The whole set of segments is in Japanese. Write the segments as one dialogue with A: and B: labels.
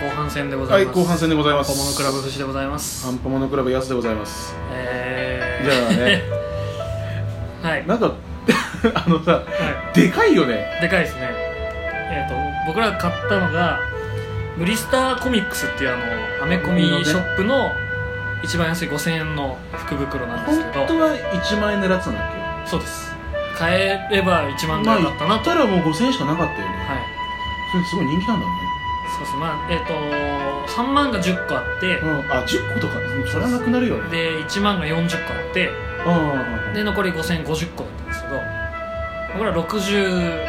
A: 後半戦でござ
B: はいい
A: ます。
B: 後半戦でございま
A: アンパモノ
B: す
A: クラブ節でございます。
B: アンパモノクラブ安でございます
A: えー、
B: じゃ あね
A: はい。
B: なんか あのさ
A: は
B: でかいよね
A: い。でかいですね。えっ、と、僕らが買ったのが、ブリスターコミックスっていうあの、アメコミショップの一番安い5000円の福袋なんで
B: 本
A: すけ
B: 当
A: ど、
B: は1万円狙ってたんだっけ
A: そうです。買えれば1万ぐ
B: ま
A: ら
B: あ
A: いだったな
B: 言っ
A: と。
B: た
A: はい。
B: らもう5000円しかなかったよねそれすごい人気なんだね
A: そうです。まあ、えっ、と、3万が10個あって、
B: うんあ10個とかそれはなくなるよね
A: で、1万が40個あって、
B: あ
A: で、残り5050個だったんですけど、僕ら60、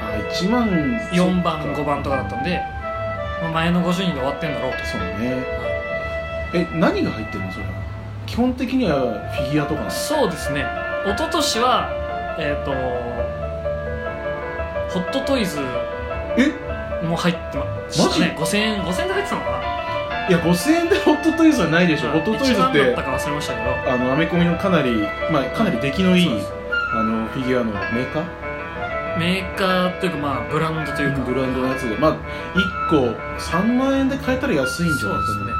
B: あ1万
A: 4番5番とかだったんで、まあ前の50人で終わってんだろうと
B: そうねえ何が入ってるのそれは基本的にはフィギュアとかなの
A: そうですね一昨年はえっ、とホットトイズ
B: え
A: も入ってましたね5000円5000円で入ってたのかない
B: や5000円でホットトイズはないでしょホットトイズっ
A: 一番だ
B: て
A: ったか忘れましたけど
B: あのアメコミのかなりまあかなり出来のいい
A: そうです
B: あのフィギュアのメーカー
A: メーカーというかまあブランドというか
B: ブランドのやつでまあ1個3万円で買えたら安いんじゃ
A: そう
B: ない
A: ですね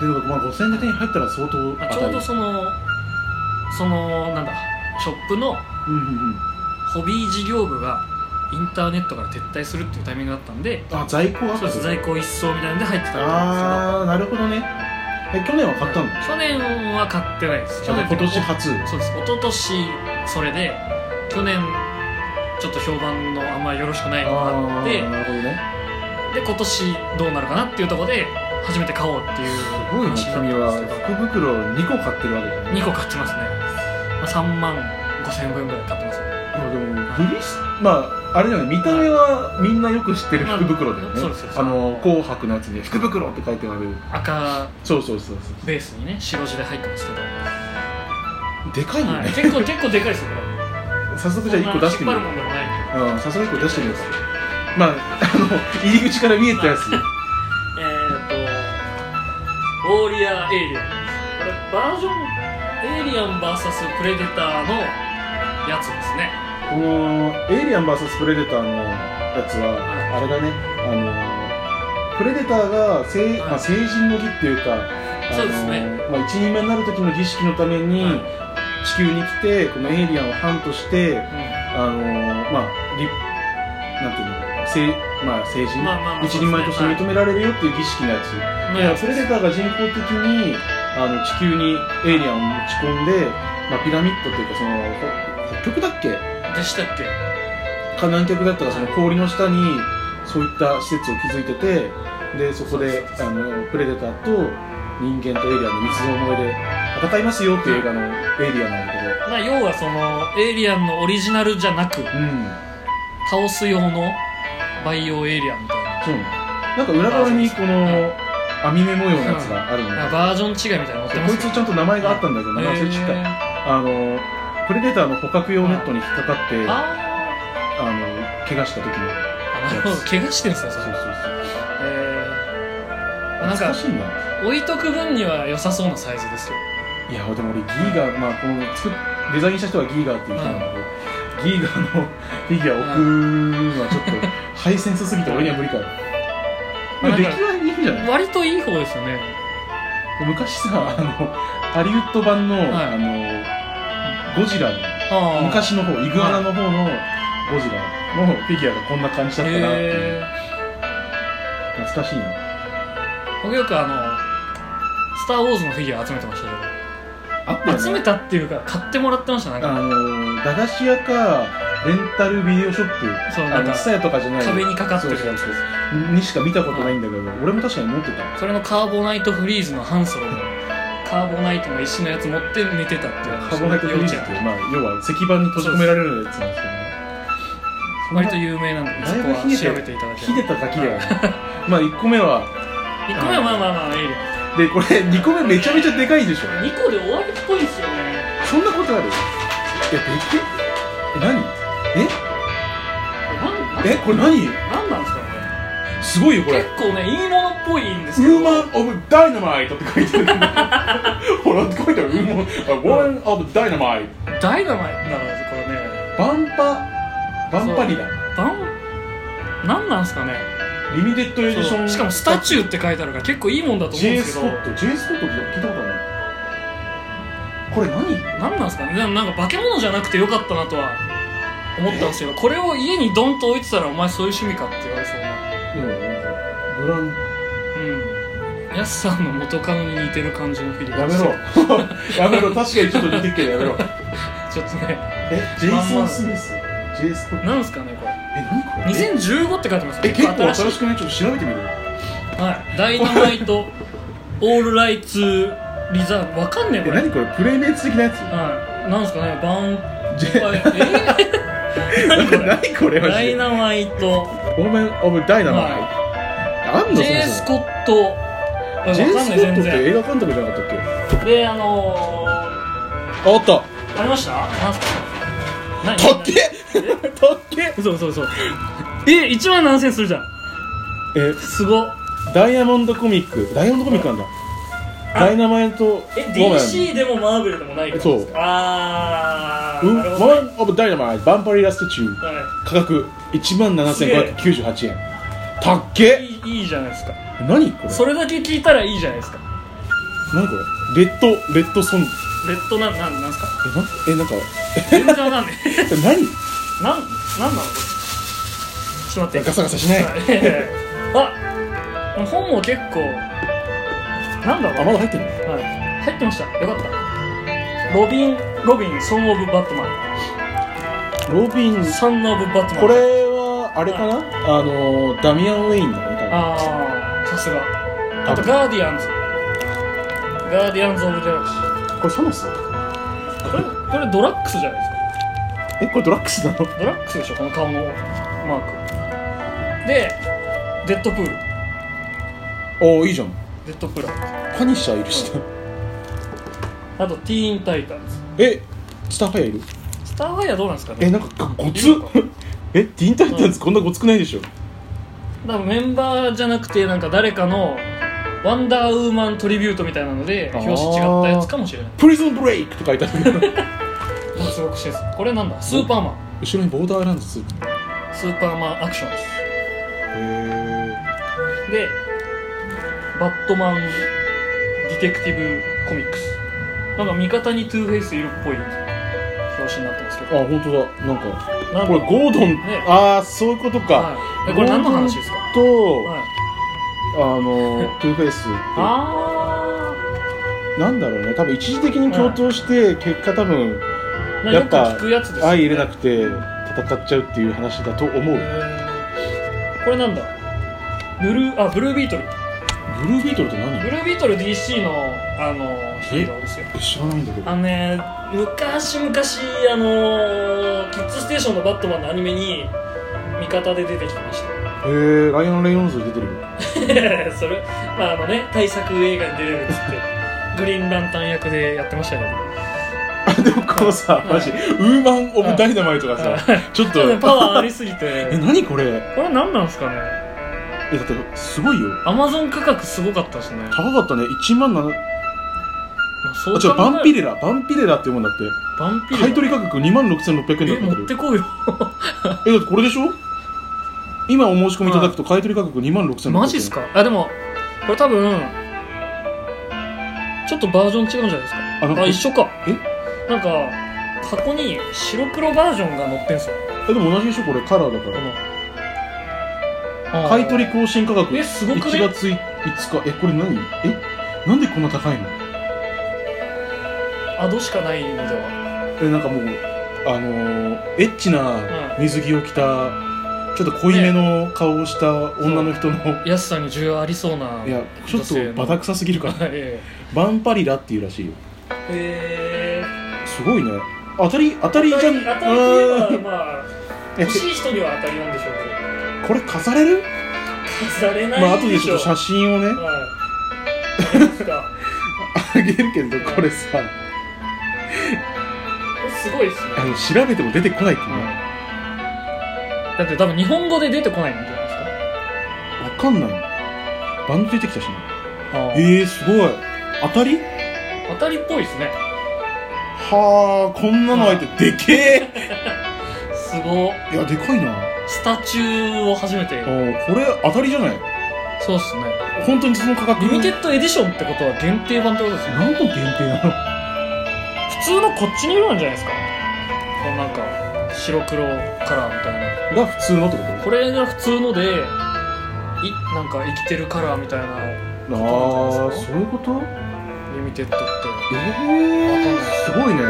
B: でまあ、5000円で手に入ったら相当当
A: まあ
B: た
A: ち
B: り
A: ょうどそのそのなんだショップの
B: うんうんうん
A: ホビー事業部がインターネットから撤退するっていうタイミングだったんで
B: あ在庫が
A: そうです在庫一掃みたいなんで入ってたみたいなんですけど
B: ああなるほどねえ去年は買ったの、
A: 去年は買ってないです去
B: あ
A: 年
B: 今年初
A: そうです一昨年それで去年ちょっと評判のあんまりよろしくないのがあっ
B: ああ
A: て
B: ーなるほどね
A: で今年どうなるかなっていうところで初めて買おうっていう
B: すごいね
A: 話に
B: 君
A: な
B: は
A: ったんですけ
B: 福袋2個買ってるわけだ
A: ど
B: ね
A: 2個買ってますね、まあ、3万5千分ぐらい買ってます、ね、
B: まあでもブリスまああれだよね見た目はみんなよく知ってる福袋だよね、
A: そうですそうです
B: あの紅白のやつに「福袋」って書いてある
A: 赤
B: そうそうそうそ
A: ベースにね白地で入ってますけど、
B: うでかいよ
A: はい、
B: ね、
A: 結構結構でかいですよこ れ
B: 早速じゃあ1個出してみよ
A: そんな引っ張るも
B: うん
A: でもないんで
B: うん早速1個出してみようかまああの 入り口から見えたやつ
A: えー、と、ウォーリアーエイリアンです。これ、バージョン、エイリアン VS プレデターのやつですね。
B: この「エイリアン VS プレデター」のやつはあれだねあのプレデターが成,、まあ、成人の儀っていうかあの
A: そうですね
B: まあ、一人前になる時の儀式のために
A: うん
B: 地球に来てこのエイリアンをハントしてあのまあ立なんていうの成まあ、成人、
A: まあまあまあ
B: 一人前として認められるよっていう儀式のやつ、
A: の
B: いや
A: やつ
B: プレデターが人工的にあの地球にエイリアンを持ち込んで、まあ、ピラミッドというかそのほ北極だっけ
A: でしたっけ
B: か南極だったらその氷の下にそういった施設を築いててでそこであのプレデターと人間とエイリアンの三つの思いで戦いますよっていう映画のエイリアンなんだけ
A: まあ、要はその、エイリアンのオリジナルじゃなく、
B: どうん
A: 倒す用の培養エイリアンみたいな。
B: そうなのなんか裏側にこの網目模様のやつがあるの
A: なんか
B: ね
A: バージョン違いみたいなの載ってま
B: こ
A: す
B: いつちゃんと名前があったんだけど名前忘れちゃった
A: た。
B: あのプレデターの捕獲用ネットに引っかかってあ
A: あ
B: の怪我した時に
A: ーあ、なるほど。怪我してるんですよ、それ。
B: そうそうそう
A: えー、なん
B: 懐
A: か
B: か、しいんだ
A: 置いとく分には良さそうなサイズですよ。
B: いやでも俺ギーガーまあこの作っデザインした人はギーガーっていう人なんだけど、ギーガーのフィギュア置くのはちょっとハイセンスすぎて俺には無理かよ
A: なんか
B: 出来はいいんじゃない
A: 割といい方ですよね。
B: 昔さあのハリウッド版の、
A: はい
B: あのゴジラの
A: あー
B: 昔の方イグアナの方のゴジラのフィギュアがこんな感じだったなっていう
A: へ
B: 懐かしいな
A: ー僕よくあの「スター・ウォーズ」のフィギュア集めてました
B: あっ
A: け
B: た
A: ど
B: よ
A: 集め
B: ね
A: たっていうか買ってもらってましたなんか
B: あの駄菓子屋かレンタルビデオショップ
A: そうな
B: あ
A: んか
B: の蔦屋とかじゃない
A: 壁にかかってる
B: そうそうそうにしか見たことないんだけど、俺も確かに持ってた
A: それのカーボナイトフリーズのハンソロのカーボナイトの石のやつ持って寝てたっていう
B: カーボナイトフリーズっていう、まあ、要は石板に閉じ込められるやつなんですけど
A: 割と有名なんで
B: だ
A: そ
B: い
A: こ
B: ぶ
A: は
B: ひね
A: 調
B: た
A: べていただけ
B: ひね
A: れば
B: たガキだよねまあ1個目は
A: 1個目はまあまあまあエイリ
B: でこれ2個目めちゃめちゃでかいでしょ
A: アン2個で終わりっぽいですよね
B: そんなことあるいやでっけえ何
A: こ
B: え
A: れ
B: えこれ何
A: 何なんですかね
B: すごいよこれ
A: 結構ねいいものっぽいんですけ
B: ウ
A: ど
B: ーマン・オブ・ダイナマイトって書いてあるんだ ほら書いてあるウーマン・ワン・オブ・ダイナマイト
A: ダイナマイトなんですこれね
B: バンパバンパリだ
A: バン何なんですかね
B: リミテッドエディシ
A: そ
B: ョ
A: う
B: ン
A: しかもスタチューって書いてあるから結構いいもんだと思うん
B: J
A: です
B: ス
A: け
B: ポ
A: ど
B: ット J スポットって聞いたことないこれ何
A: 何なんですかねでもなんか化け物じゃなくてよかったなとは思ったんですよこれを家にドンと置いてたらお前そういう趣味かって言われそうな
B: うんブラン
A: うんやすさんの元カノに似てる感じのフィリピン
B: やめろ やめろ確かにちょっと似てっけどやめろ
A: ちょっとね
B: えジェイソン・スミス J スポット
A: 何ですかねこれ
B: え何これ
A: 2015って書いてますよ
B: え結構
A: 新
B: 新
A: し
B: しくないちょっと調べてみる
A: い、はい、ダイナマイトオールライツリザーブわかんねえ
B: え
A: これ
B: 何これプレイメイツ的 なやつ
A: はいなんですかねバン
B: ジ
A: パイ
B: ェ
A: えー何これ
B: 何これマ
A: ダ
B: ジ
A: イ
B: で
A: ナマイト
B: オーメン・オブ・ダイナマイ
A: は
B: あんのそ
A: J
B: れ
A: スコットわかん
B: ジ
A: ない
B: ェイス・コット
A: 全
B: って
A: 然
B: 映画監督じゃなかったっ
A: であのー、
B: けあ った
A: ありましたなんすか何
B: とっけとっけ
A: そうそうそうえ一1万7000円するじゃん
B: え
A: すごっ
B: ダイヤモンドコミックダイヤモンドコミックなんだ
A: あ
B: ダイナマイト
A: え
B: ウォーマン
A: DC でもマーベルでもないから
B: そう
A: あ
B: ウ
A: ーなるほど、ね
B: ォーマン・オブ・ダイナマイトバンパリラスト中
A: は
B: 価格1万7598円たっ
A: い、
B: け
A: いいいいじゃないですか
B: 何これ
A: それだけ聞いたらいいじゃないですか
B: 何これレッドレッドソング
A: レッドなんなんなんすか
B: えなえなんか
A: 全然わかん ない
B: え何
A: なんなんなのこれちょっと待って
B: ガサガ サしない
A: はいあ本も結構なんだろ
B: あ
A: う
B: まだ入ってるの
A: はい、入ってましたよかったロビン・ロビン・ソン・オブ・バットマン
B: ロビン
A: サン・オブ・バットマン
B: これはあれかなあのダミアン・ウェインだね多分
A: ああさすがあとガーディアンズガーディアンズ・オブ・ギャラクシー
B: これサノス
A: これこれドラッグスじゃないで
B: えこれドラッグスなの
A: すかドラッグスでしょこの顔のマークでデッドプール
B: おおいいじゃん
A: デッドプール
B: パニッシャーいるし、
A: あとティーン・タイタンズ
B: えスターファイアいる
A: スターファイアどうなんですか
B: え
A: ね
B: なんかご
A: い
B: つ
A: るのか
B: えティーンタイタンズこんなごつくないでしょ
A: 多分メンバーじゃなくてなんか誰かのワンダーウーマントリビュートみたいなので表紙違ったやつかもしれない
B: プリズンブレイクと書いてある
A: もうすごく親切これなんだスーパーマン
B: 後ろにボーダーランズ2
A: スーパーマンアクションで
B: へ
A: すでバットマンディテクティブコミックスなんか味方にトゥーフェイスいるっぽい表紙になってますけ
B: え
A: ど
B: あ本当だなんか
A: なん
B: これゴードン、
A: ね
B: ああそういうことか、
A: はい、えこれ何の話ですか、はい、
B: と、あの トゥーフェイスって
A: あ
B: なんだろうね多分一時的に共闘して結果多分
A: あ
B: やっぱ
A: よく聞くやつですよね
B: 相入れなくて戦っちゃうっていう話だと思うブ
A: へ
B: ル
A: ーこれなんだブルーあブルービートル
B: ービートルって何
A: ブルービートル DC のあのヒーローですよ
B: 知らないんだけど
A: あのね昔昔あのーキッズステーションのバットマンのアニメに味方で出てきてました
B: へえライオン・レイノンズ出てる よ
A: それまああのね大作映画に出れるっつってグリーンランタン役でやってましたよね
B: あでもこのさ
A: はい
B: マジウーマン・オブ・ダイナマイトがさちょっ
A: ちょっと
B: と
A: ねパワーありすぎ
B: え
A: て
B: 何これ
A: これ何なんですかね
B: えだってすごいよ
A: アマゾン価格すごかったですね、ま
B: 高かったね1万7
A: あ、そ
B: あ
A: う
B: 違う
A: 考える
B: バンピレラバンピレラっていうもんだって
A: バンピレラ
B: 買い取り価格2万6600円
A: え
B: だった
A: 持
B: ん
A: っ
B: だ
A: てこいよ
B: けどえだってこれでしょ今お申し込みいただくと買い取り価格2万6600円
A: マジっすかあでもこれ多分ちょっとバージョン違うんじゃないですか
B: あなんか
A: あ一緒か
B: え
A: なんか箱に白黒バージョンが載ってんすよ
B: えでも同じでしょこれカラーだか
A: こ
B: ら
A: の
B: 買い取
A: り
B: り更新価格
A: えすごくね
B: 1月5日えこれ何えなんでこんな高いの
A: アドしかないのでは
B: えなんかもうあのーエッチな水着を着た、ちょっと濃いめの顔をした女の人の、
A: 安さに需要ありそうない
B: やちょっとバタ臭すぎるから
A: え
B: バンパリラっていうらしいよ
A: え
B: すごいね当たり当たりじゃん
A: 当たりといえば
B: うん
A: まあ
B: え
A: 欲しい人には当たりなんでしょう
B: これ飾れる
A: けどされな
B: まあ
A: い
B: 後で
A: で
B: ち
A: し
B: ょ
A: ょ
B: っと写真をね
A: はいそうですか
B: あげるけどこれさ
A: すごいですね
B: あの調べても出てこないってね
A: だって多分日本語で出てこないんじゃないですか
B: わかんないのバンド出てきたしな
A: あー
B: えー、すごい当たり
A: 当たりっぽいですね
B: はあこんなの入ってでけえ
A: すごっ
B: いやでかいな
A: スタチューを初めて
B: おーこれ当たりじゃない
A: そうっすね
B: 本当にその価格
A: リミテッドエディションってことは限定版ってことですよ
B: 何の限定なの
A: 普通のこっちにいるんじゃないですかこのなんか白黒カラーみたいな
B: が普通のってこと
A: これが普通のでいなんか生きてるカラーみたいな
B: ああそういうこと
A: リミテッドって
B: ええすごいね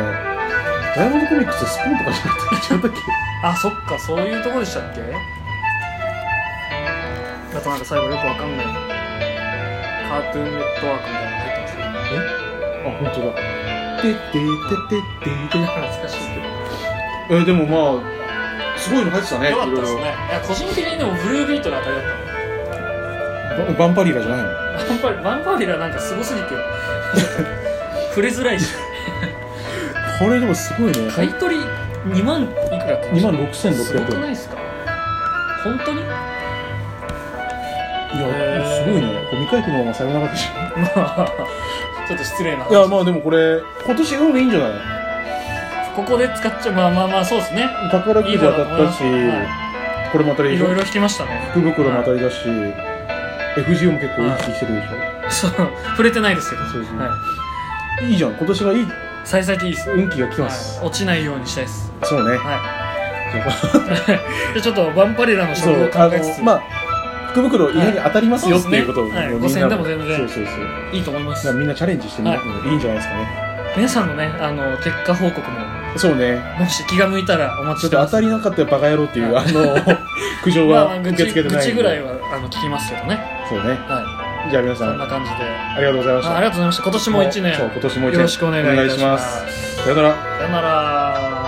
B: ダイヤモンドコミックススポーンとかじゃなくて違ったっ
A: あそっかそういうとこでしたっけあとなんか最後よくわかんないカートゥーンネットワークみたいなの入ってますね
B: けあ本当だてってってってって
A: 懐かしいけど
B: えーでもまあすごいの入ってたね
A: よかったです
B: い
A: ねいや個人的にでもブルービートが当たりだった
B: ろいろババンパリラじゃないの
A: バンパリバンパリラなんかすごすぎて触れづらいし
B: これでもすごいね
A: 買い取り2万いくらって
B: 2万6600円
A: すごくないですか本当にま
B: いや
A: へー
B: すごいねこれ未開封のままさよならでし
A: あちょっと失礼な
B: ょいやまあでもこれ今年運いいんじゃない
A: ここで使っちゃうまあまあまあそうですね
B: 宝くじ当たったし
A: いいわ
B: これも当たり
A: い
B: でし
A: ろい
B: ょ
A: ろ弾きましたね
B: 福袋も当たりだし FGO も結構いい気してるでし
A: そう触れてないですけど
B: そうですね
A: は
B: ょいいじゃん今年はいい
A: い幸先いいです
B: 運気が来ます
A: はい落ちないようにしたいです
B: そうね
A: はい でちょっとバンパリラの処
B: そ
A: 方を
B: う
A: 考
B: あ
A: えつつ
B: のまあ福袋家に当たりますよっていうことを
A: はい
B: みんな
A: 5000でも全然
B: そうそうそうだ
A: いいと思いま
B: から
A: す
B: みんなチャレンジしてみるのもいいんじゃないですかね
A: 皆さんのねあの結果報告も
B: そうね
A: もし気が向いたらお待ち
B: ち
A: し
B: ょってと
A: ま
B: 当
A: す
B: たりなかったらバカ野郎っていうあの 苦情
A: まあま
B: は
A: あ
B: 受
A: 愚
B: け
A: 痴
B: 付けてな
A: 愚
B: い
A: 痴
B: ん
A: ぐらい
B: で
A: はあの聞きますけどね
B: そうね
A: は
B: じゃあ皆
A: い
B: さ
A: そん
B: ん
A: な感じであ
B: ありがとうございました
A: ありがとうございました今年も一年
B: そう今年も一年
A: よろしくお願いいたします
B: さよなら
A: さよなら